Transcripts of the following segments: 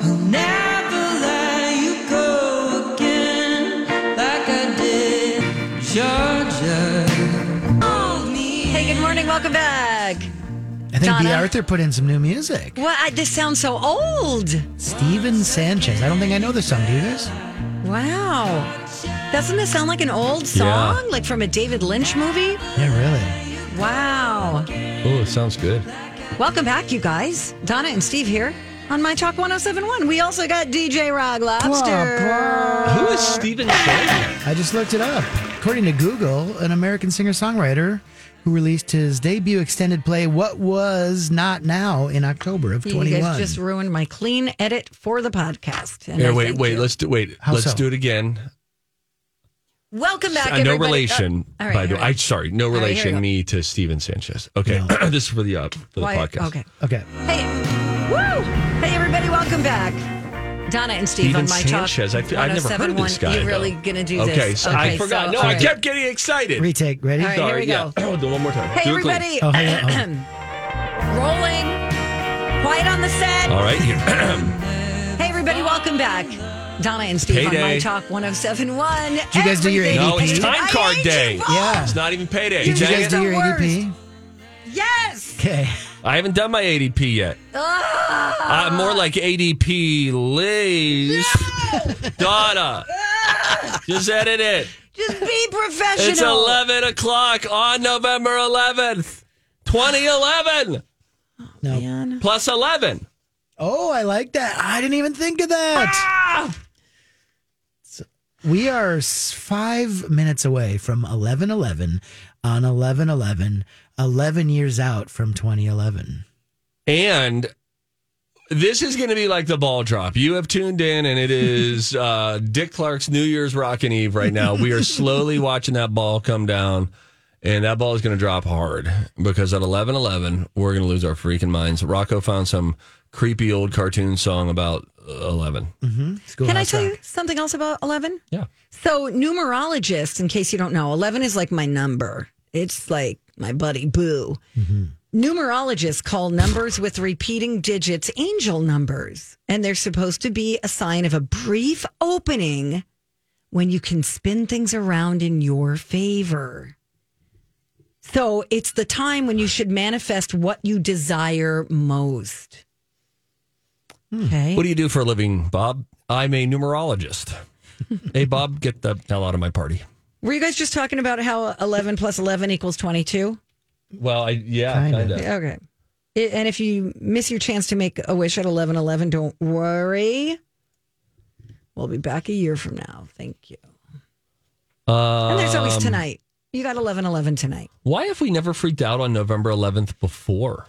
I'll never let you go again like I did, Georgia. Hold me. Hey, good morning. Welcome back. I think Donna. B. Arthur put in some new music. Well, I, this sounds so old. Steven Sanchez. I don't think I know this song. Do you guys? Wow. Doesn't this sound like an old Yeah. song? Like from a David Lynch movie? Yeah, really. Wow. Oh, it sounds good. Welcome back, you guys. Donna and Steve here on My Talk 1071. We also got DJ Rog Lobster. Who is Steven Sanchez? I just looked it up. According to Google, an American singer songwriter who released his debut extended play, What Was Not Now, in October of You 21. guys just ruined my clean edit for the podcast. and Here, I wait, thank wait. you. Let's do. Wait, How let's so? do it again. Welcome back, Uh, no everybody. relation, Oh, all right, by the all way. right. I sorry, no right, here we relation. go. me to Steven Sanchez. Okay, this is for the uh, for the Why- podcast. Okay. okay. Hey, woo! Hey, everybody, welcome back. Donna and Steve Steven on my Sanchez. talk. I feel, I've never heard of 1071. this guy. You're really though. gonna do this? Okay, so I Okay, forgot. so- no, all I right. kept getting excited. Retake. Ready? All right, here we Sorry, go. yeah. Hold on, one more time. Hey, Do it clean. everybody. Oh, hang on, hang Rolling. Quiet on the set. All right, here. Hey, everybody, welcome back. Donna and Steve on My Payday. Talk 1071. Did you guys do your no, it's ADP? time card day. Yeah. It's not even payday. Did you Dang guys it. do your the worst. ADP? Yes. Okay. I haven't done my ADP yet. Ugh. I'm more like ADP Lays. Donna. Just edit it. Just be professional. It's 11 o'clock on November 11th, 2011. No. Plus 11. Oh, I like that. I didn't even think of that. Ah! So, we are s- five minutes away from 11 11 on 11 11, 11 years out from 2011. And this is going to be like the ball drop. You have tuned in, and it is uh, Dick Clark's New Year's Rockin' Eve right now. We are slowly watching that ball come down, and that ball is going to drop hard because at eleven we're going to lose our freaking minds. Rocco found some creepy old cartoon song about uh, 11. Can I Schoolhouse tell you Rock. something else about 11? Yeah. So, numerologists, in case you don't know, 11 is like my number. It's like my buddy Boo. Mm-hmm. Numerologists call numbers with repeating digits angel numbers, and they're supposed to be a sign of a brief opening when you can spin things around in your favor. So, it's the time when you should manifest what you desire most. Okay. Hmm. What do you do for a living, Bob? I'm a numerologist. hey, Bob, get the hell out of my party. Were you guys just talking about how 11 plus 11 equals 22? Well, I yeah, Kinda. kind of. Okay. I- and if you miss your chance to make a wish at 11 11, don't worry. We'll be back a year from now. Thank you. And there's always tonight. You got 11 11 tonight Uh, Why have we never freaked out on November 11th before?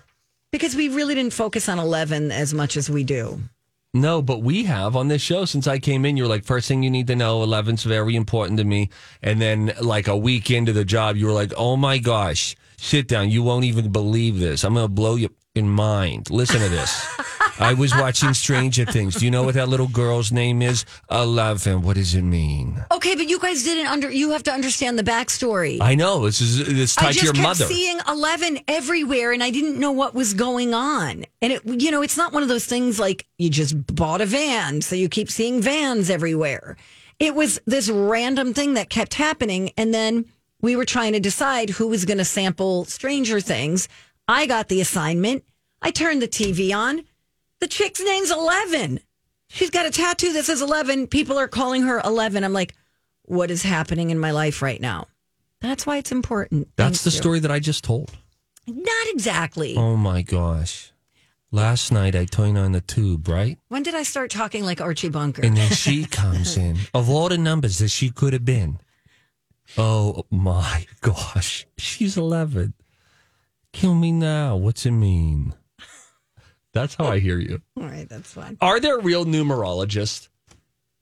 because we really didn't focus on 11 as much as we do. No, but we have on this show since I came in. You're like, first thing you need to know, 11's very important to me. And then, like, a week into the job, you were like, oh my gosh, sit down. You won't even believe this. I'm going to blow you in mind. Listen to this. I was watching Stranger Things. Do you know what that little girl's name is? 11. What does it mean? Okay, but you guys didn't under, you have to understand the backstory. I know. This is this I tied just to your kept mother. seeing eleven everywhere, and I didn't know what was going on. And it, you know, it's not one of those things like you just bought a van, so you keep seeing vans everywhere. It was this random thing that kept happening, and then we were trying to decide who was going to sample Stranger Things. I got the assignment. I turned the TV on. The chick's name's Eleven. She's got a tattoo that says Eleven. People are calling her Eleven. I'm like, what is happening in my life right now? That's why it's important. That's the Thank you. story that I just told. Not exactly. Oh my gosh. Last night I turned on the tube, right? When did I start talking like Archie Bunker? And then she comes in. Of all the numbers that she could have been. Oh my gosh. She's 11. Kill me now. What's it mean? That's how I hear you. All right, that's fine. Are there real numerologists?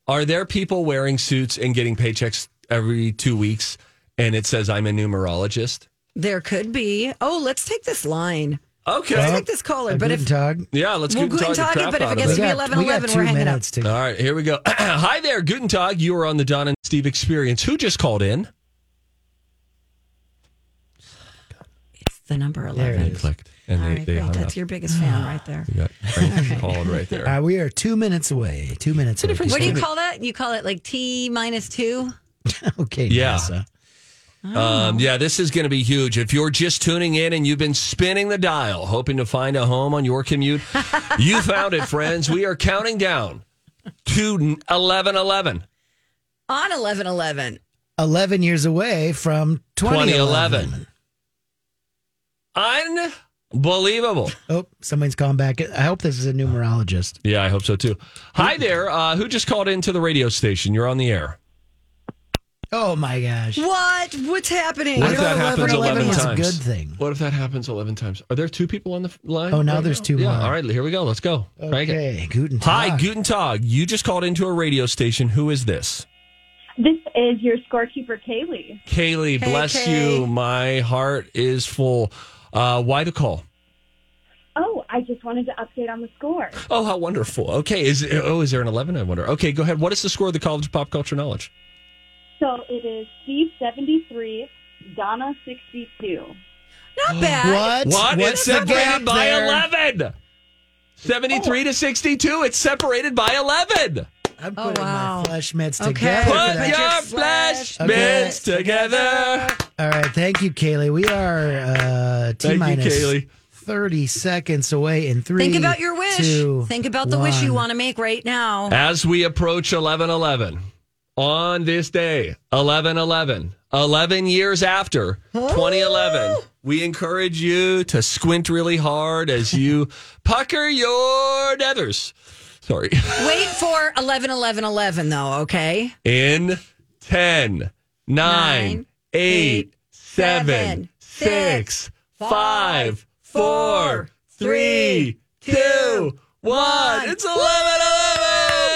Are there people wearing suits and getting paychecks every two weeks and it says I'm a numerologist? There could be. Oh, let's take this line. Okay. Let's take this caller. A But guten if Tag. yeah, let's Well, go Guten and talk Tag it, the crap but if it out of gets it. We to be got- 11, we got 11, two we're hanging up. minutes to- All right, here we go. Hi there, Guten Tag. You are on the Don and Steve Experience. Who just called in? it's the number There it 11. is. clicked, and All they, right, they great. hung That's up. Ah. your biggest fan right there. You got Frank called right there. Uh, we are two minutes away. Two minutes away. What do you call that? You call it like T minus two? Okay, Yeah. NASA. Um, yeah, this is going to be huge. If you're just tuning in and you've been spinning the dial, hoping to find a home on your commute, you found it, friends. We are counting down to eleven eleven. On 11 11. 11 years away from 2011. 2011. Unbelievable. Oh, somebody's calling back. I hope this is a numerologist. Yeah, I hope so too. Hi there. Uh, who just called into the radio station? You're on the air. Oh my gosh. What? What's happening? What if Well, that happens 11, 11 is times? a good thing. What if that happens 11 times? Are there two people on the f- line? Oh, now right there's two Yeah, more. all right, here we go. Let's go. Crank it. Okay, Guten Tag. Hi, Guten Tag. You just called into a radio station. Who is this? This is your scorekeeper, Kaylee. Kaylee, Hey, bless Kay. you. My heart is full. Uh, why the call? Oh, I just wanted to update on the score. Oh, how wonderful. Okay, is oh, is there an 11? I wonder. Okay, go ahead. What is the score of the College of Pop Culture Knowledge? So it is Steve 73, Donna 62. Not bad. What? What? What's it's the gap separated by there? 11. 73 to 62. It's separated by 11. I'm Oh, putting wow. my flesh mitts Okay. together. Put for Put that. your your flesh flesh Okay. bits together. All right, thank you, Kaylee. We are uh, T Thank you, minus Kaylee. 30 seconds away in three. Think about your wish. two, Think about the wish you one. want to make right now. As we approach 11 11, on this day, 11 11, 11 years after 2011, we encourage you to squint really hard as you pucker your nethers. Sorry. Wait for 11 11 11, though, okay? In 10, 9, Nine, 8, eight, 7, seven, 6, six, 5, five, 4, four, 3, three, 2, two, 1. one. It's 11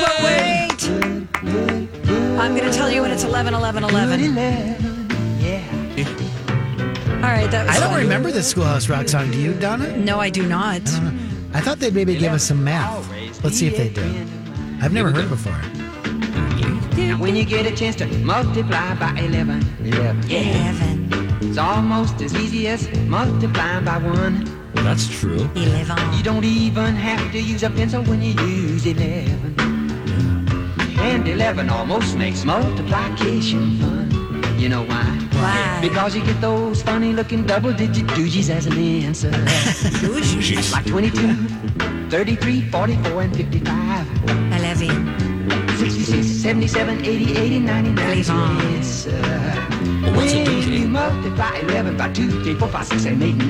11! Wait. I'm going to tell you when it's 11 11 11. All right, that was I don't fun. remember the Schoolhouse Rock song. Do you, Donna? No, I do not. I thought they'd maybe give us some math. Let's see if they do. I've never heard it before. And when you get a chance to multiply by 11, Eleven, it's almost as easy as multiplying by 1. That's true. You eleven. don't even have to use a pencil when you use 11. And 11 almost makes multiplication fun. You know why? Why? Because you get those funny looking double digit doogies as an answer. like 22, 33, 44, and 55. Eleven. 66, 77, 80, 80, 90, 91. Yes, sir. what's a When doozy? you multiply 11 by 2, 3, 4, 5, 6, 7, 8, 9.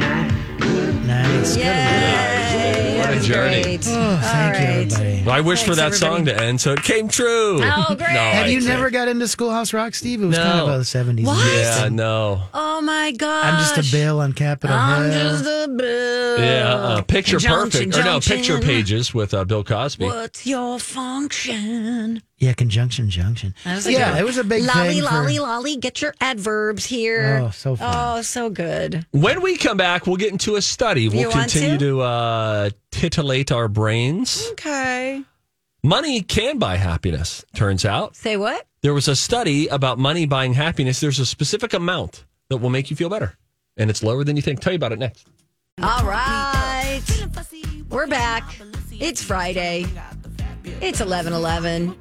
Nice. Good Yay! What that a was journey. Great. Oh, thank All you, right. everybody. Well, I wish for that Thanks, song to end, so it came true. Oh, great. No, Have I you can't. never got into Schoolhouse Rock, Steve? It was No. kind of a 70s. What? music. Yeah, no. Oh my gosh. I'm just a bill on Capitol I'm Hill. just a bill. Yeah, uh, picture Junction, perfect or no junction. picture pages with uh, Bill Cosby. What's your function? yeah, Conjunction Junction. yeah, it was a big lolly, thing. for- lolly, lolly. Get your adverbs here. Oh, so fun. Oh, so good. When we come back, we'll get into a study. We'll You want continue to? to, uh, titillate our brains. Okay. Money can buy happiness. Turns out Say what? there was a study about money buying happiness. There's a specific amount that will make you feel better, and it's lower than you think. Tell you about it next. All right. We're back. It's Friday. It's 11 11.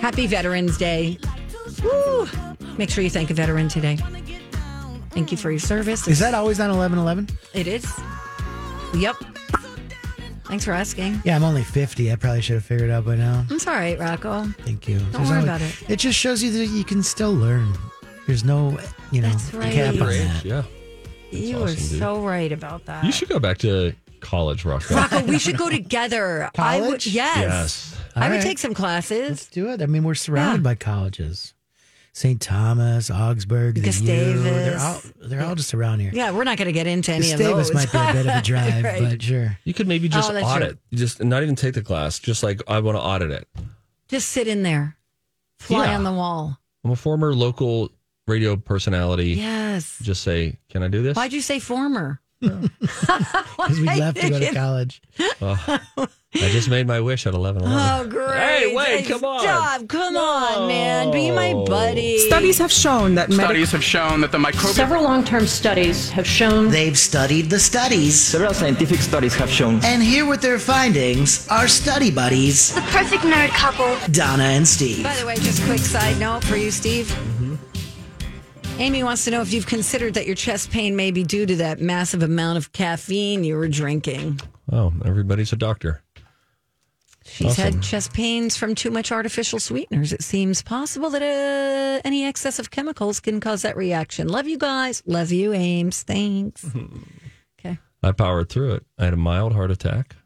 Happy Veterans Day. Woo. Make sure you thank a veteran today. Thank Oh. you for your service. Is that always on 11 11? It is. Yep. Thanks for asking. Yeah, I'm only 50. I probably should have figured it out by now. It's all right, Rocco. Thank you. Don't worry about it. It just shows you that you can still learn. There's no, you know, That's right. cap on Great. that. Yeah. you awesome, are dude. so right about that. You should go back to college, Rocco. Rocco, we should go together. I would College? yes. Yes. I would All right. take some Let's classes. do it. I mean, we're surrounded Yeah. by colleges. St. Thomas, Augsburg, the U. Gustavus. They're all they're all just around here. Yeah, we're not going to get into any Gustavus of those. might be a bit of a drive, Right. but sure. You could maybe just Oh, that's audit, just not even take the class. Just like I want to audit it. Just sit in there, fly Yeah. on the wall. I'm a former local radio personality. Yes. Just say, can I do this? Why'd you say former? Because we left to go to college. I just made my wish at 11. Oh, great. Hey, wait, come on. Stop. Come on, man. Be my No. buddy. Studies have shown that medic- Studies have shown that the microbial Several long term studies have shown They've studied the studies. Several scientific studies have shown And here with their findings are study buddies, The perfect nerd couple. Donna and Steve. By the way, just quick side note for you, Steve. Amy wants to know if you've considered that your chest pain may be due to that massive amount of caffeine you were drinking. Oh, everybody's a doctor. She's had chest pains from too much artificial sweeteners. It seems possible that uh, any excess of chemicals can cause that reaction. Love you guys. Love you, Ames. Thanks. okay. I powered through it. I had a mild heart attack.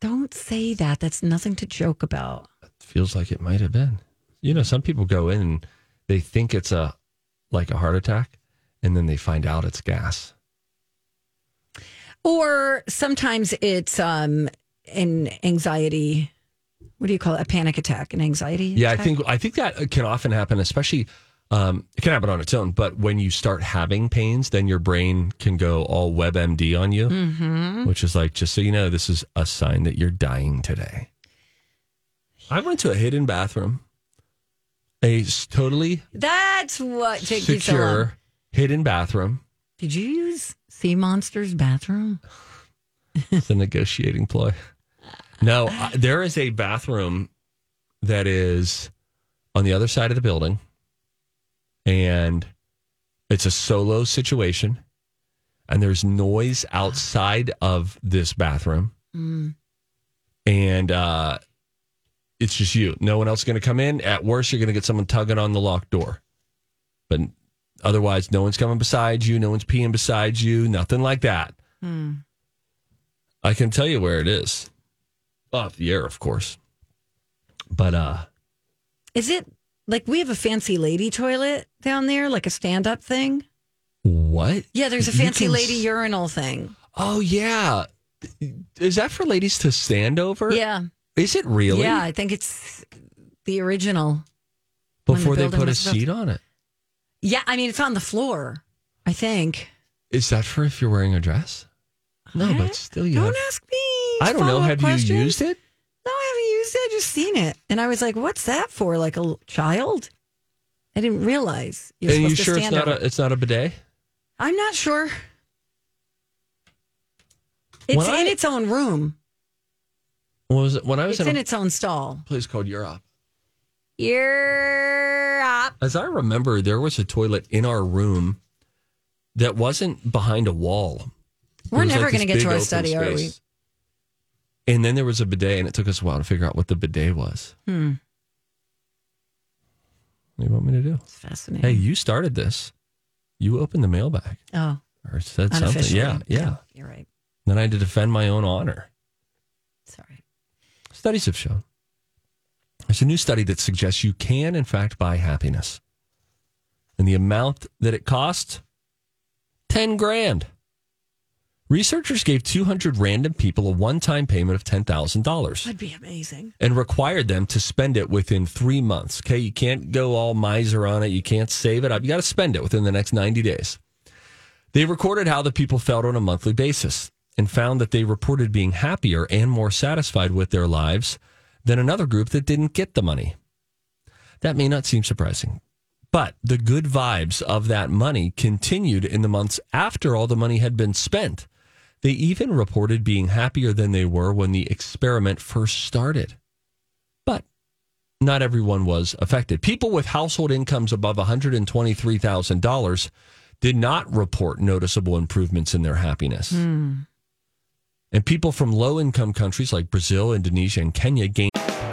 Don't say that. That's nothing to joke about. Feels like it might have been. You know, some people go in and they think it's a like a heart attack, and then they find out it's gas. Or sometimes it's um an anxiety. What do you call it? A panic attack, an anxiety. Yeah, I attack? think I think that can often happen, especially um, it can happen on its own. But when you start having pains, then your brain can go all WebMD on you, Mm-hmm. which is like just so you know, this is a sign that you're dying today. I went to a hidden bathroom, a s- totally that's what took you so long. secure hidden bathroom. Did you use Sea Monster's bathroom? It's a negotiating ploy. No, I, there is a bathroom that is on the other side of the building, and it's a solo situation, and there's noise outside of this bathroom, and uh, it's just you. No one else is going to come in. At worst, you're going to get someone tugging on the locked door, but otherwise, no one's coming beside you. No one's peeing beside you. Nothing like that. I can tell you where it is. Off the air, of course. But uh Is it like we have a fancy lady toilet down there, like a stand-up thing? what? Yeah, there's a You fancy can lady s- urinal thing. Oh yeah. Is that for ladies to stand over? Yeah, Is it really? yeah. I think it's the original. when the Before they building put a was built. seat on it. Yeah, I mean it's on the floor. I think. Is that for if you're wearing a dress? No, but still you Don't have, ask me. I don't know. follow-up Have you questions. used it? No, I haven't used it. I just seen it, and I was like, "What's that for?" Like a l- child. I didn't realize. You're and you supposed sure to it's stand not up. a it's not a bidet? I'm not sure. It's When in I- its own room. When was it, when I was It's in, in a its own stall. place called Europe. You're up. As I remember, there was a toilet in our room that wasn't behind a wall. We're It was never like going to this get to big our open study, are we? space. And then there was a bidet, and it took us a while to figure out what the bidet was. Hmm. What do you want me to do? It's fascinating. Hey, you started this. You opened the mailbag oh, or said something. unofficially. Yeah, yeah, You're right. Then I had to defend my own honor. Sorry. Studies have shown. There's a new study that suggests you can, in fact, buy happiness. And the amount that it costs, 10 grand. Researchers gave 200 random people a one time payment of $10,000. That'd be amazing. and required them to spend it within three months. Okay, you can't go all miser on it. You can't save it up. You got to spend it within the next 90 days. They recorded how the people felt on a monthly basis and found that they reported being happier and more satisfied with their lives than another group that didn't get the money. That may not seem surprising, but the good vibes of that money continued in the months after all the money had been spent. They even reported being happier than they were when the experiment first started. But not everyone was affected. People with household incomes above $123,000 did not report noticeable improvements in their happiness. And people from low income countries like Brazil, Indonesia, and Kenya gain.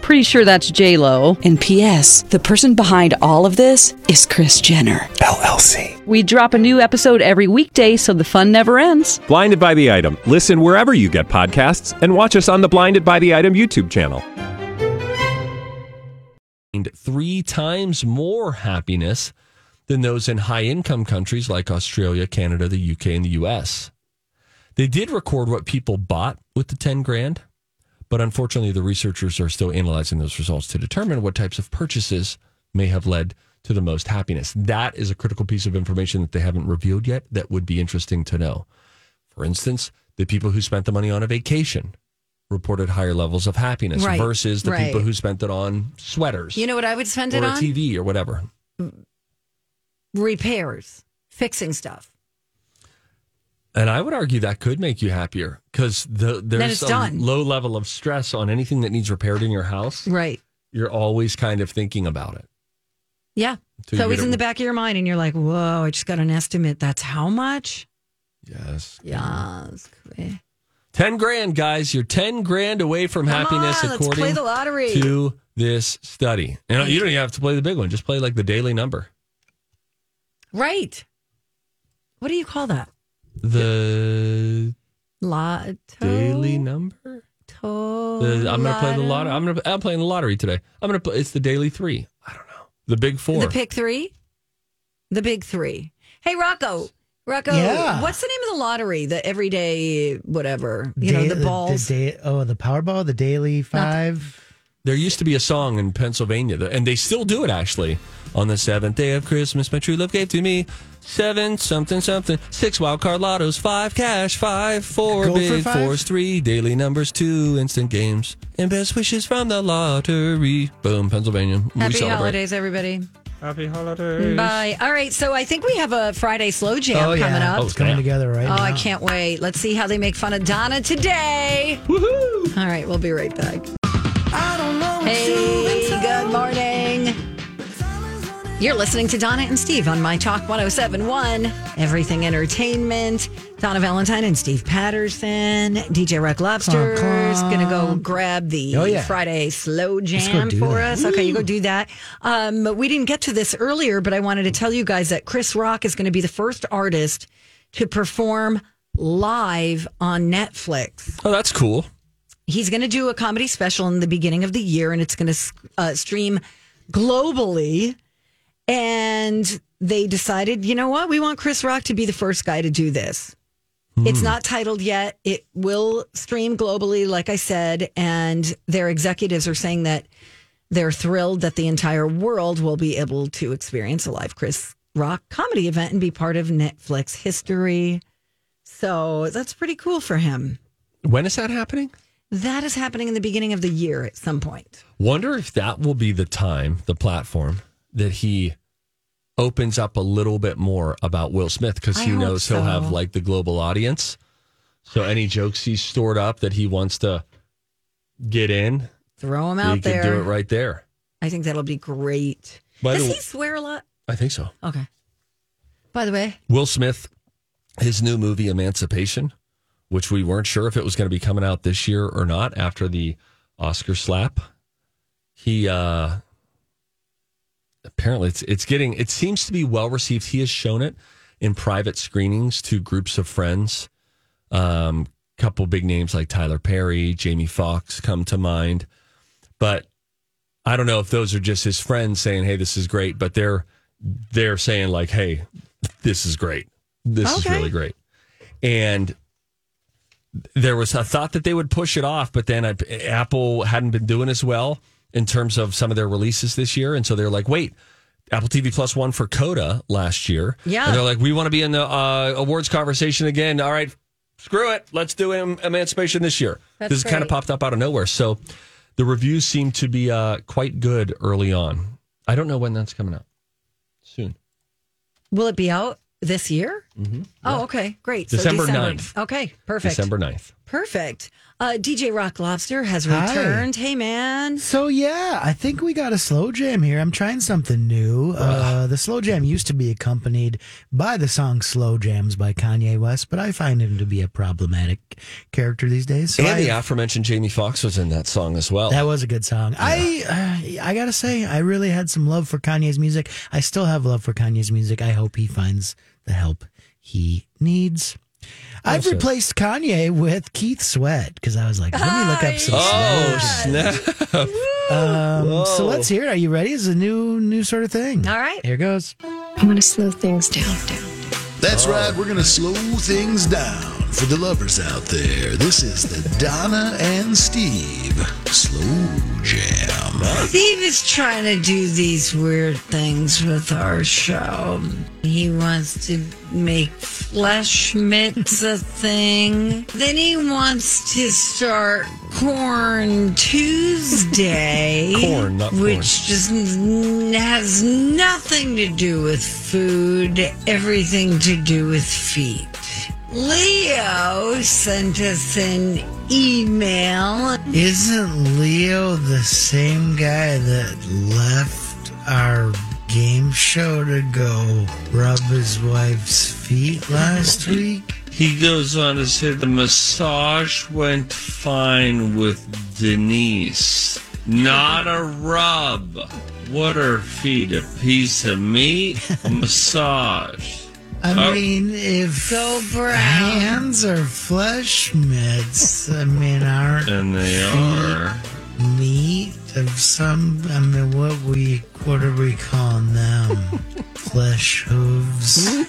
Pretty sure that's J Lo. And P.S. The person behind all of this is Chris Jenner LLC. We drop a new episode every weekday, so the fun never ends. Blinded by the item. Listen wherever you get podcasts, and watch us on the Blinded by the Item YouTube channel. gained three times more happiness than those in high income countries like Australia, Canada, the UK, and the US. They did record what people bought with the 10 grand, but unfortunately, the researchers are still analyzing those results to determine what types of purchases may have led to the most happiness. That is a critical piece of information that they haven't revealed yet that would be interesting to know. For instance, the people who spent the money on a vacation reported higher levels of happiness Right, versus the right. people who spent it on sweaters You know what I would spend it or a on? TV or whatever. Repairs, fixing stuff. And I would argue that could make you happier because the, it's there's a done. low level of stress on anything that needs repaired in your house. Right. You're always kind of thinking about it. Yeah. So so you it's get in it- the back of your mind, and you're like, "Whoa, I just got an estimate. That's how much." Yes. Yes. Happiness 10 grand, guys. You're 10 grand away from happiness on, according let's play the lottery. to this study. And you don't even have to play the big one, just play like the daily number. Right. What do you call that? The Lotto. daily number? The- I'm going to play the lottery. I'm, gonna, I'm playing the lottery today. I'm going to play, it's the daily three. I don't know. The big four. The pick three. The big three. Hey, Rocco. Rocco. Yeah. What's the name of the lottery? The everyday whatever. You Day- know the balls. day- oh, the Powerball, the Daily Five. There used to be a song in Pennsylvania, that- and they still do it actually. On the seventh day of Christmas, my true love gave to me seven something something, six wild card lottos, five cash, five, four Go for big five? fours, three daily numbers, two instant games, and best wishes from the lottery. Boom, Pennsylvania. we Happy celebrate. holidays, everybody. Happy holidays. Bye. All right. So I think we have a Friday slow jam oh yeah, coming up. it's coming together right oh, now. I can't wait. Let's see how they make fun of Donna today. Woohoo! All right, we'll be right back. Hey, good morning. You're listening to Donna and Steve on My Talk 1071, Everything Entertainment. Donna Valentine and Steve Patterson, DJ Rock Lobsters, Clonk, clonk. gonna go grab the Oh, yeah. Friday slow go jam do for that. us. Okay, you go do that. Um, we didn't get to this earlier, but I wanted to tell you guys that Chris Rock is gonna be the first artist to perform live on Netflix Oh, that's cool. he's going to do a comedy special in the beginning of the year and it's going to uh, stream globally and they decided you know what we want chris rock to be the first guy to do this it's not titled yet it will stream globally like i said and their executives are saying that they're thrilled that the entire world will be able to experience a live chris rock comedy event and be part of netflix history so that's pretty cool for him When is that happening? that is happening in the beginning of the year at some point. Wonder if that will be the time, the platform that he opens up a little bit more about Will Smith because I he hope knows he'll have so. like the global audience. So any jokes he's stored up that he wants to get in, Throw him he out can there. do it right there. I think that'll be great. By Does the- he swear a lot? I think so. Okay. By the way, Will Smith, his new movie Emancipation, which we weren't sure if it was going to be coming out this year or not after the Oscar slap. He uh apparently it's it's getting it seems to be well received. He has shown it in private screenings to groups of friends. Um couple big names like Tyler Perry, Jamie Foxx come to mind. But I don't know if those are just his friends saying, "Hey, this is great," but they're they're saying like, "Hey, this is great. This is Okay. really great." And there was a thought that they would push it off, but then I, Apple hadn't been doing as well in terms of some of their releases this year, and so they're like, wait. Apple TV Plus one for Coda last year. Yeah. And they're like, we want to be in the uh, awards conversation again. All right, screw it. Let's do em- Emancipation this year. That's this kind of great. popped up out of nowhere. So the reviews seem to be uh, quite good early on. I don't know when that's coming out. Soon. Will it be out this year? Mm-hmm. Oh, okay. Great. December so 9th. Okay. Perfect. December 9th. Perfect. Uh, DJ Rock Lobster has Hi. returned. Hey, man. So yeah, I think we got a slow jam here. I'm trying something new. Uh, the slow jam used to be accompanied by the song "Slow Jams" by Kanye West, but I find him to be a problematic character these days. So and the I- aforementioned Jamie Foxx was in that song as well. That was a good song. I uh, I gotta say, I really had some love for Kanye's music. I still have love for Kanye's music. I hope he finds the help he needs. I've Awesome. replaced Kanye with Keith Sweat because I was like, let me look up some. oh, Sweat. snap. Um, so Whoa. let's hear it. Are you ready? It's a new new sort of thing. All right. Here goes. I want to slow things down. That's right, we're going to slow things down for the lovers out there. This is the Donna and Steve Slow Jam. Steve is trying to do these weird things with our show. He wants to make flesh mitts a thing. Then he wants to start Corn Tuesday. Corn, not corn. Which just n- has nothing to do with food, everything to do with feet. Leo sent us an email. Isn't Leo the same guy that left our game show to go rub his wife's feet last week? He goes on to say the massage went fine with Denise. Not a rub. What are feet? A piece of meat? massage. I Oh. mean, if hands are flesh mitts, I mean, aren't And they feet are. meat of some? I mean, what we what are we calling them? flesh hooves.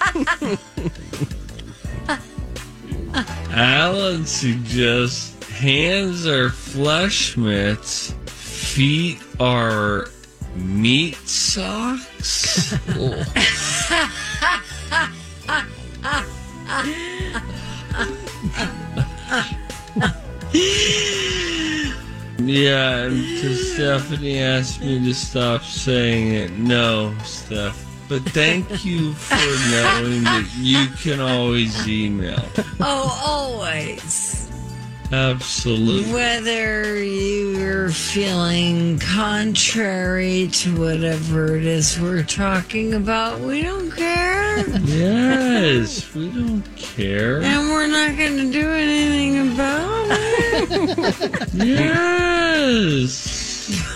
Alan suggests hands are flesh mitts, feet are meat socks. Oh. Yeah, and so Stephanie asked me to stop saying it. No, Steph. But thank you for knowing that you can always email. oh, always. Absolutely. Whether you're feeling contrary to whatever it is we're talking about, we don't care. Yes, we don't care. And we're not going to do anything about it. Yes.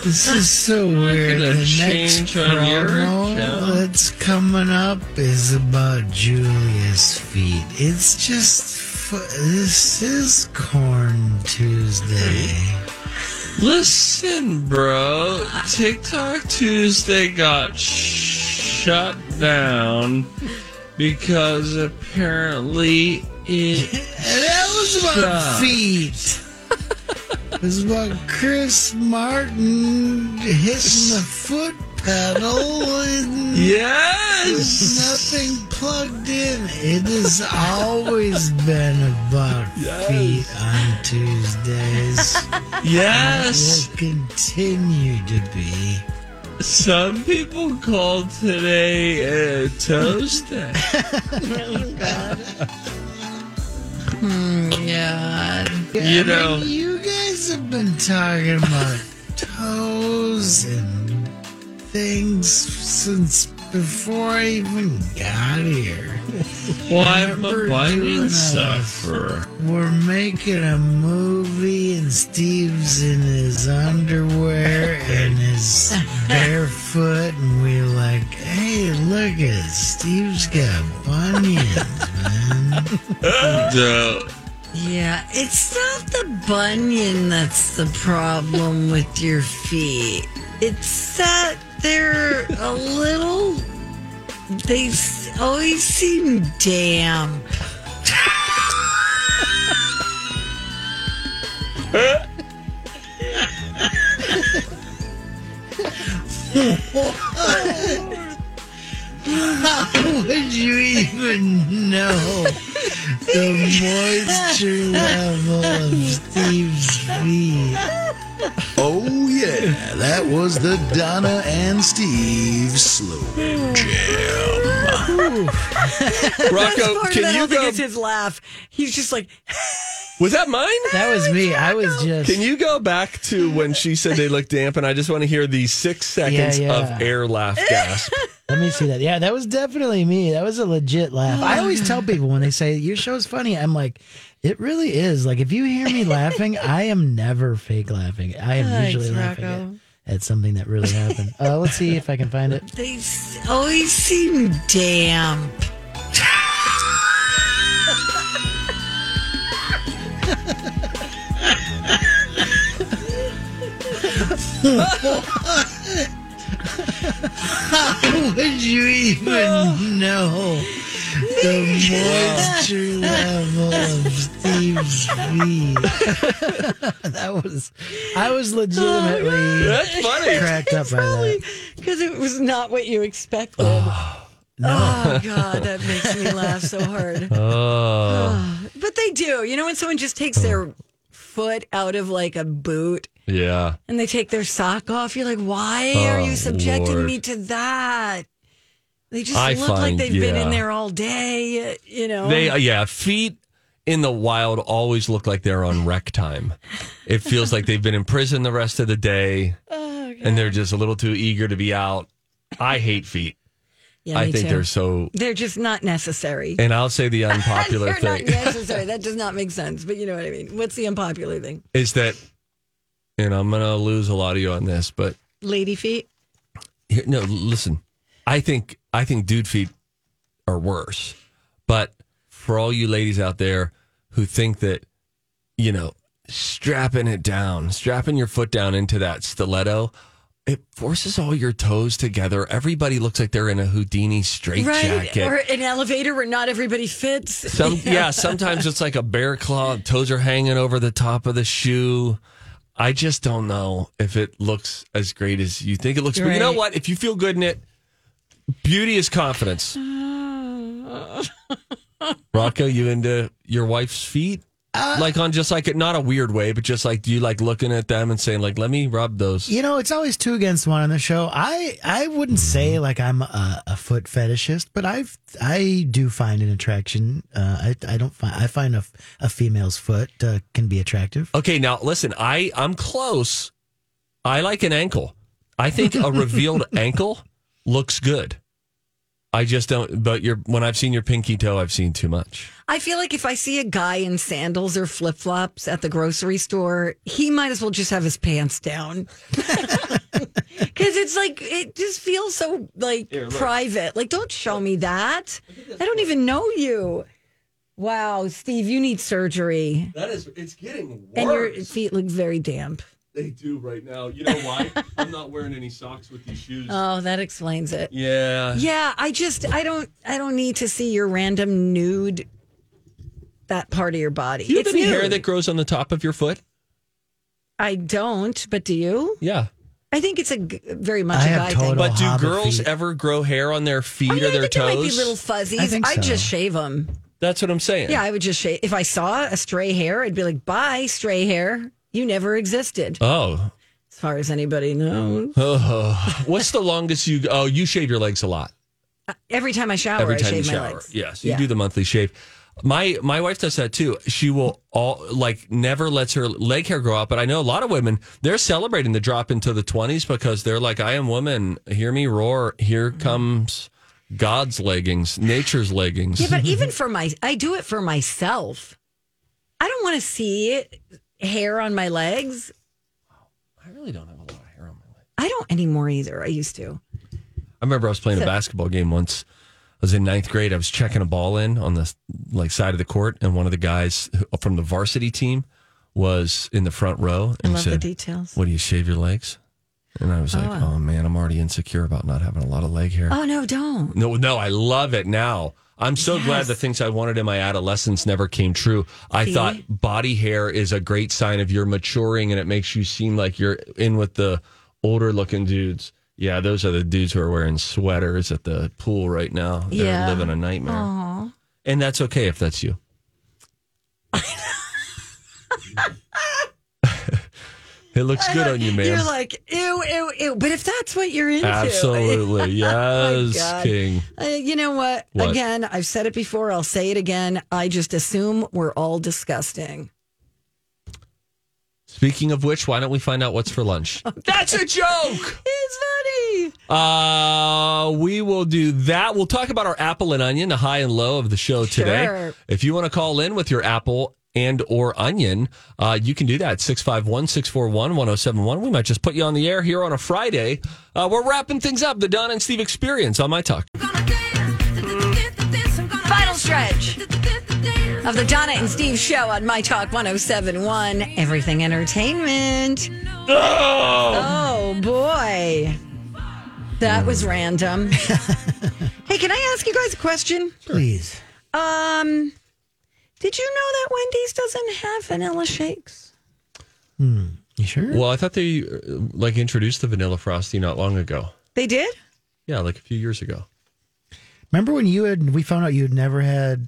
This is so weird. gonna The next change on your promo account. that's coming up is about Julia's feet. It's just fu- this is Corn Tuesday. Listen, bro, TikTok Tuesday got shut down because apparently it. that was about feet. it was about Chris Martin hitting the foot pedal. And Yes! Nothing plugged in. It has always been about feet on Tuesdays. Yes. It will continue to be. Some people call today uh, Toast Day. God. You know- you guys have been talking about toes and things since before I even got here. Well, I'm Remember a biting doing a- sufferer. We're making a movie, and Steve's in his underwear and his barefoot, and we're like, "Hey, look at Steve's got bunions, man." No. Yeah, it's not the bunion that's the problem with your feet. It's that they're a little. They s- always seem damp. How would you even know the moisture level of Steve's feet? Oh, yeah, that was the Donna and Steve Slow Jam. Rocco, Part of that, can I you don't think go? it's his laugh. He's just like, Was that mine? That was me. I was just. Can you go back to when she said they looked damp? And I just want to hear the six seconds yeah. of air laugh gasp. Let me see that. Yeah, that was definitely me. That was a legit laugh. I always tell people when they say your show's funny, I'm like, it really is. Like if you hear me laughing, I am never fake laughing. I am Thanks, usually laughing Rocco. at, at something that really happened. Uh, let's see if I can find it. they s- always seem damp. How would you even know the moisture level of Steve's feet? that was, I was legitimately That's funny. cracked up by that. Because it was not what you expected. Oh, God, that makes me laugh so hard. Oh, But they do. You know, when someone just takes their foot out of like a boot yeah. and they take their sock off, you're like, why are Oh, you subjecting Lord. me to that? They just I look find- like they've been yeah. in there all day, you know? They, uh, yeah, feet in the wild always look like they're on rec time. It feels like they've been in prison the rest of the day and they're just a little too eager to be out. I hate feet. yeah, I me think too. they're so. They're just not necessary. And I'll say the unpopular They're not thing necessary. That does not make sense, but you know what I mean. What's the unpopular thing? is that, and I'm going to lose a lot of you on this, but Lady feet? here, no, l- listen. I think I think dude feet are worse. But for all you ladies out there who think that, you know, strapping it down, strapping your foot down into that stiletto, it forces all your toes together. Everybody looks like they're in a Houdini right? straitjacket. Or an elevator where not everybody fits. Some yeah, sometimes it's like a bear claw, toes are hanging over the top of the shoe. I just don't know if it looks as great as you think it looks. But you know Right. what? If you feel good in it, beauty is confidence. Rocco, you into your wife's feet? like on just like not a weird way, but just like do you like looking at them and saying like, "Let me rub those." You know, it's always two against one on the show. I I wouldn't say like I'm a, a foot fetishist, but I've I do find an attraction. Uh, I I don't find I find a, a female's foot uh, can be attractive. Okay, now listen, I I'm close. I like an ankle. I think a revealed ankle looks good. I just don't. But your when I've seen your pinky toe, I've seen too much. I feel like if I see a guy in sandals or flip flops at the grocery store, he might as well just have his pants down. Because it's like, it just feels so like private. Like, don't show me that. I don't even know you. Wow, Steve, you need surgery. That is, it's getting And your feet look very damp. They do right now. You know why? I'm not wearing any socks with these shoes. Oh, that explains it. yeah. Yeah, I just I don't I don't need to see your random nude that part of your body. Do you have it's any nude. hair that grows on the top of your foot? I don't, but do you? Yeah. I think it's a g- very much I a have guy total thing. But do hobbit girls feet. ever grow hair on their feet I, mean, or I their think toes? there might be little fuzzies. I think I'd just so. shave them. That's what I'm saying. Yeah, I would just shave. If I saw a stray hair, I'd be like, "Bye, stray hair. You never existed." Oh. As far as anybody knows, oh. What's the longest you? Oh, you shave your legs a lot. every time I shower, every I time you shave my shower. legs. Yes, you do the monthly shave. My my wife does that too. She will all like never lets her leg hair grow out. But I know a lot of women they're celebrating the drop into the twenties because they're like, I am woman. Hear me roar. Here comes God's leggings, nature's leggings. Yeah, but even for my, I do it for myself. I don't want to see hair on my legs. I really don't have a lot of hair on my leg. I don't anymore either. I used to. I remember I was playing a basketball game once. I was in ninth grade. I was checking a ball in on the like side of the court, and one of the guys who- from the varsity team was in the front row. I And he love the said, details. What do you shave your legs? And I was like, Oh. oh man, I'm already insecure about not having a lot of leg hair. Oh no, don't. No, no, I love it now. I'm so glad the things I wanted in my adolescence never came true. I See? thought body hair is a great sign of you're maturing and it makes you seem like you're in with the older looking dudes. Yeah, those are the dudes who are wearing sweaters at the pool right now. They're Yeah. Oh. living a nightmare. Aw. And that's okay if that's you. it looks good on you, man. You're like, ew, ew, ew. But if that's what you're into, Absolutely. Yes, God. King. Uh, you know what? What? Again, I've said it before. I'll say it again. I just assume we're all disgusting. Speaking of which, why don't we find out what's for lunch? That's a joke. it's funny. Uh, we will do that. We'll talk about our apple and onion, the high and low of the show today. Sure. If you want to call in with your apple and or onion, uh, you can do that 651-641-1071. We might just put you on the air here on a Friday. Uh, we're wrapping things up. The Don and Steve experience on my talk. Final stretch of the Donna and Steve show on My Talk 1071, Everything Entertainment. Oh, boy. That was random. hey, can I ask you guys a question? Please. Um, did you know that Wendy's doesn't have vanilla shakes? Hmm. You sure? Well, I thought they uh, like introduced the vanilla frosty not long ago. They did? Yeah, like a few years ago. Remember when you had we found out you'd never had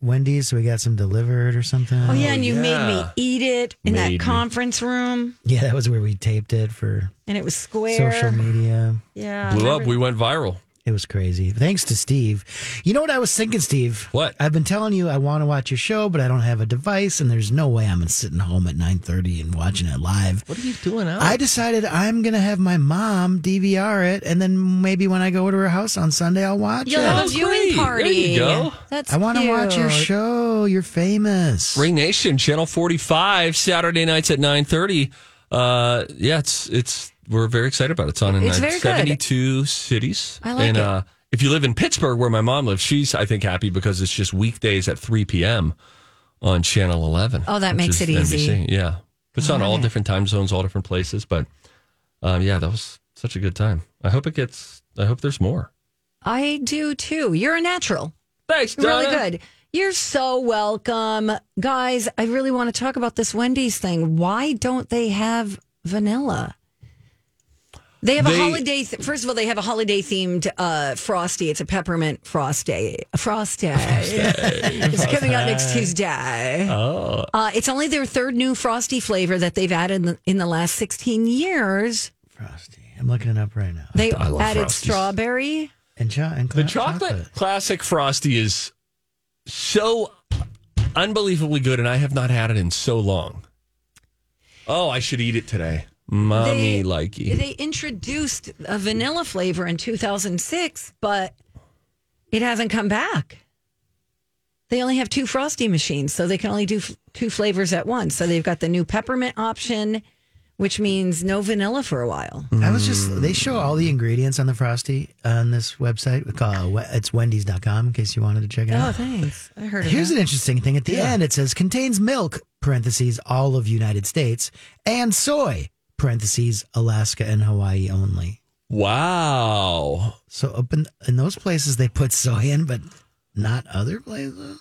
Wendy's, so we got some delivered or something. Oh, yeah, and you made me yeah. eat it in Made me. that conference room, Yeah, that was where we taped it for and it was square. social media. Yeah. Blew up. We went viral. It was crazy. Thanks to Steve. You know what I was thinking, Steve? What? I've been telling you I want to watch your show, but I don't have a device, and there's no way I'm sitting home at 9:30 and watching it live. What are you doing out? I decided I'm gonna have my mom DVR it, and then maybe when I go to her house on Sunday, I'll watch You'll it. have a That's viewing great. party. There you go. That's I want to watch your cute. show. You're famous. Ring Nation Channel 45 Saturday nights at 9:30. Uh yeah, it's it's we're very excited about it. It's on in It's uh, very good. 72 cities. I like and it. uh if you live in Pittsburgh where my mom lives, she's I think happy because it's just weekdays at 3 p.m. on Channel 11. Oh, that which makes is it easy. NBC. Yeah. It's on all different time zones, all different places, but um yeah, that was such a good time. I hope it gets I hope there's more. I do too. You're a natural. Thanks, Donna. Really good. You're so welcome. Guys, I really want to talk about this Wendy's thing. Why don't they have vanilla? They have They- a holiday. Th- first of all, they have a holiday themed uh, frosty. It's a peppermint frosty. Frosty. it's coming out next Tuesday. Oh. Uh, it's only their third new frosty flavor that they've added in the, in the last 16 years. I'm looking it up right now. They I love added Frosties. strawberry. And, cho- and The cla- chocolate, classic frosty is so unbelievably good, and I have not had it in so long. Oh, I should eat it today, mommy They- likey. They introduced a vanilla flavor in 2006, but it hasn't come back. They only have two frosty machines, so they can only do f- two flavors at once. So they've got the new peppermint option, which means no vanilla for a while. I was just, they show all the ingredients on the Frosty on this website. We call it, we- it's Wendy's.com in case you wanted to check it Oh, out. thanks. I heard of Here's that. an interesting thing at the end it says contains milk, parentheses, all of United States, and soy, parentheses, Alaska and Hawaii only. wow, So up in, in those places, they put soy in, but not other places?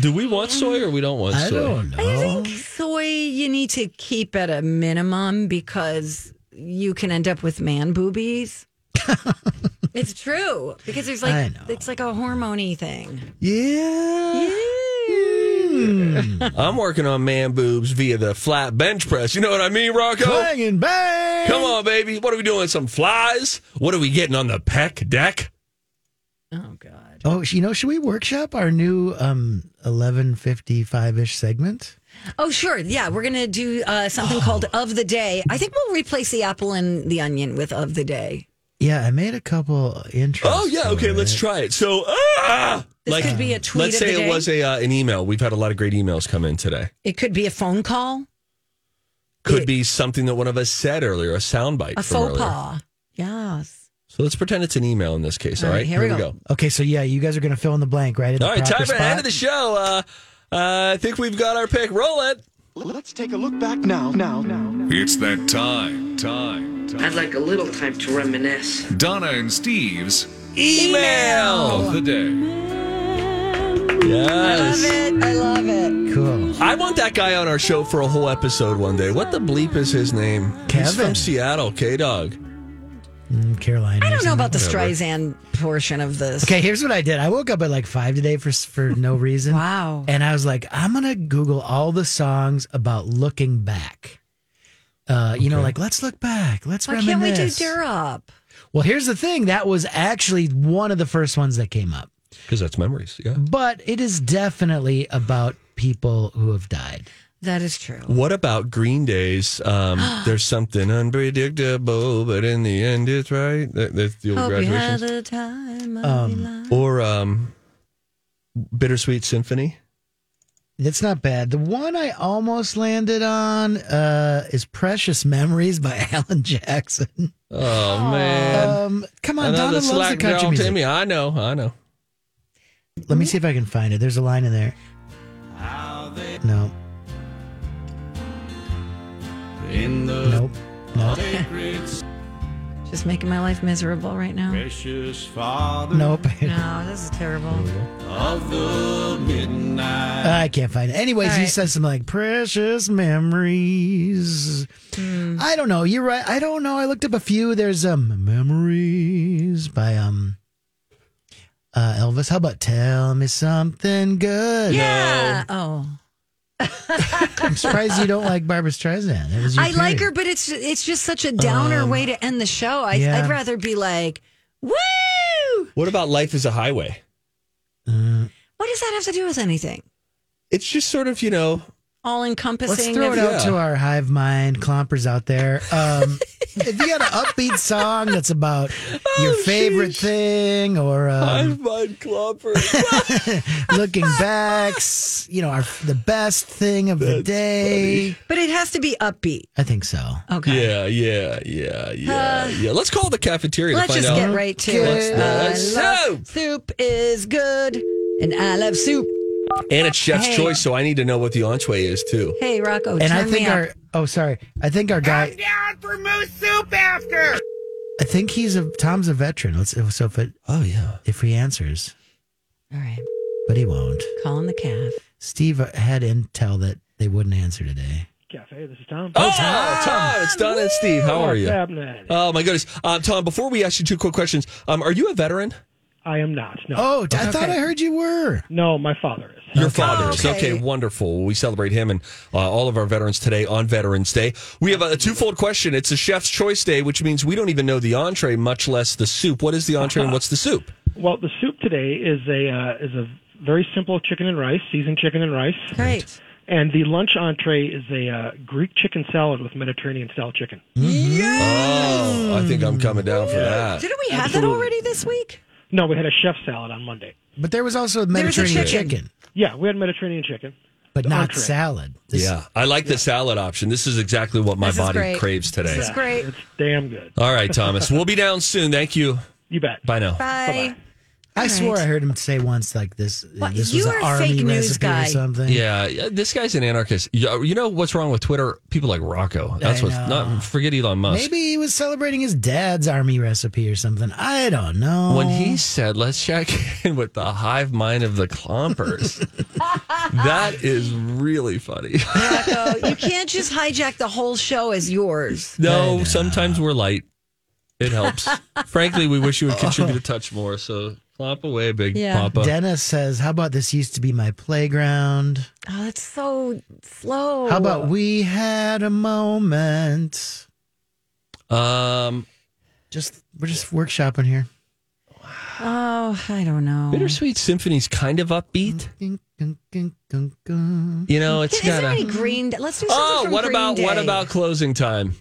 do we want soy or we don't want I soy? don't I know. think Oh, soy you need to keep at a minimum because you can end up with man boobies. it's true because there's I like know. it's like a hormony thing. Yeah. Mm. I'm working on man boobs via the flat bench press. You know what I mean, Rocco? Bang and bang. Come on, baby. What are we doing? Some flies? What are we getting on the peck deck? Oh God. Oh, you know, should we workshop our new um 1155-ish segment? Oh sure, yeah. We're gonna do uh, something called of the day. I think we'll replace the apple and the onion with of the day. Yeah, I made a couple intros. Oh yeah, okay, for let's it. try it. So, ah, This could be a tweet Let's of the say day. it was a uh, an email. We've had a lot of great emails come in today. It could be a phone call, Could be something that one of us said earlier, a soundbite. a from faux earlier. pas. Yes. So let's pretend it's an email in this case. All right, here we go. Okay, so yeah, you guys are going to fill in the blank, right? At the All right, proper time for the end spot? of the show. Uh, uh, I think we've got our pick. Roll it. Let's take a look back now. Now. now. It's that time, time, I'd like a little time to reminisce. Donna and Steve's Email. of the day. Yes. I love it. Cool. I want that guy on our show for a whole episode one day. What the bleep is his name? He's Kevin. from Seattle, K Dog. Mm, Caroline. I don't know about the Whatever. Streisand portion of this. Okay, here's what I did. I woke up at like five today for for no reason. Wow. And I was like, I'm gonna Google all the songs about looking back. Uh, you know, like let's look back. Let's Why can't we do reminisce. Durop? well, here's the thing. That was actually one of the first ones that came up, Because that's memories. Yeah. but it is definitely about people who have died. That is true. What about Green Day's? Um, there's something unpredictable, but in the end, it's right. That, that's the old Hope you had graduation. a time of your life. Or um, Bittersweet Symphony. That's not bad. The one I almost landed on uh, is "Precious Memories" by Alan Jackson. Oh man! Oh, Um, come on, Donna Another loves the slack country down music. Timmy. I know. I know. Let me see if I can find it. There's a line in there. No. In the Nope. Nope. Just making my life miserable right now. precious father Nope. No, this is terrible. of the midnight. I can't find it. Anyways, All he right. says something like precious memories. Hmm. I don't know. You're right. I don't know. I looked up a few. There's um memories by um uh Elvis. How about tell me something good? Yeah. Oh. I'm surprised you don't like Barbara Streisand. That was your I like her, period. but it's it's just such a downer Um, way to end the show. I, yeah. I'd rather be like, woo! What about Life is a Highway? What does that have to do with anything? It's just sort of, you know, All encompassing. Let's throw it out to our hive mind clompers out there. Um, if you got an upbeat song that's about Oh, your favorite thing or um, Hive Mind Clopper. looking back, s- you know, our, the best thing of the day. But it has to be upbeat. I think so. Okay. Yeah, yeah, yeah, yeah, yeah. Let's call the cafeteria. Uh, Let's to find just out. get right to What's it. the I love soup? soup is good, and I love soup. And it's Chef's Hey. Choice, so I need to know what the entree is too. Hey, Rocco, and I turn think me our up. oh sorry, I think our guy. down for moose soup after. I think he's a Tom's a veteran. Let's so if it, oh yeah if he answers, All right, but he won't. calling the calf. Steve uh, had intel that they wouldn't answer today. Cafe. This is Tom. Oh, Tom, Tom, it's Don and Steve. How are What's you? happening? Oh my goodness, um, Tom. Before we ask you two quick questions, um, are you a veteran? I am not. No. Oh, I thought I heard you were. No, my father is. Your father is okay. okay. Wonderful. We celebrate him and uh, all of our veterans today on Veterans Day. We have a twofold question. It's a Chef's Choice Day, which means we don't even know the entree, much less the soup. What is the entree and what's the soup? Well, the soup today is a uh, is a very simple chicken and rice, seasoned chicken and rice, Great. and the lunch entree is a uh, Greek chicken salad with Mediterranean style chicken. Mm-hmm. Oh, I think I'm coming down for that. Didn't we have that already this week? No, we had a chef salad on Monday. But there was also was a Mediterranean chicken. Oh, chicken. Yeah, we had Mediterranean chicken. but not entree. salad. yeah, I like the salad option. This is exactly what my This is body great. craves today. This is great. It's damn good. All right, Thomas. We'll be down soon. Thank you. You bet. Bye now. Bye. I All swore right. I heard him say once like this. uh, What, this you was are an a army fake news recipe guy. or something. Yeah, yeah, this guy's an anarchist. You you know what's wrong with Twitter? People like Rocco. That's I what's know. not. Forget Elon Musk. Maybe he was celebrating his dad's army recipe or something. I don't know. When he said, "Let's check in with the hive mind of the clompers," that is really funny. Rocco, you can't just hijack the whole show as yours. no, sometimes we're light. It helps. Frankly, we wish you would contribute a touch more. So clomp away, big Yeah. papa. Dennis says, "How about this used to be my playground? Oh, that's so slow. How about we had a moment? um, Just we're just workshopping here. Oh, I don't know. Bittersweet Symphony's kind of upbeat. You know, it's Is there got any a. green? Let's do something Oh, from what Green about what Day. about closing time?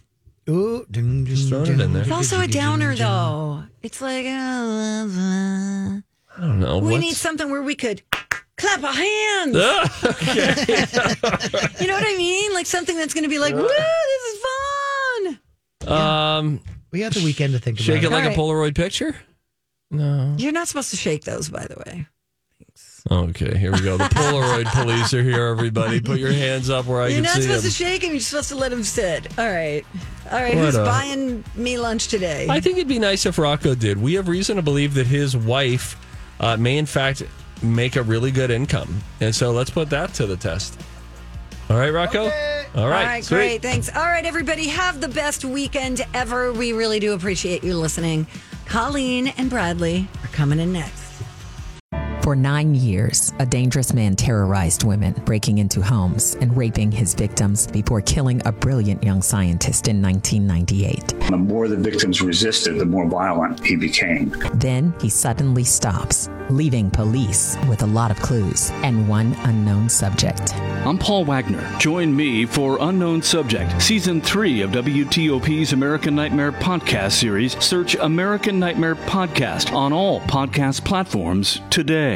Ooh, Oh, ding, Just throwing it in there. It's also a downer though. It's like uh, I don't know. we What's- need something where we could clap our hands. Ah, okay. You know what I mean? Like something that's going to be like, woo, this is fun. um, We got the weekend to think shake about. it like Alright. a Polaroid picture. You're not supposed to shake those, by the way. Okay, here we go. The Polaroid police are here, everybody. Put your hands up where I You're can not see supposed them. to shake him. You're supposed to let him sit. All right. All right. What Who's a- buying me lunch today? I think it'd be nice if Rocco did. We have reason to believe that his wife uh, may, in fact, make a really good income. And so let's put that to the test. All right, Rocco? All right. All right, sweet. great. Thanks. All right, everybody, have the best weekend ever. We really do appreciate you listening. Colleen and Bradley are coming in next. For nine years, a dangerous man terrorized women, breaking into homes and raping his victims before killing a brilliant young scientist in 1998. The more the victims resisted, the more violent he became. Then he suddenly stops, leaving police with a lot of clues and one unknown subject. I'm Paul Wagner. Join me for Unknown Subject, Season 3 of WTOP's American Nightmare Podcast series. Search American Nightmare Podcast on all podcast platforms today.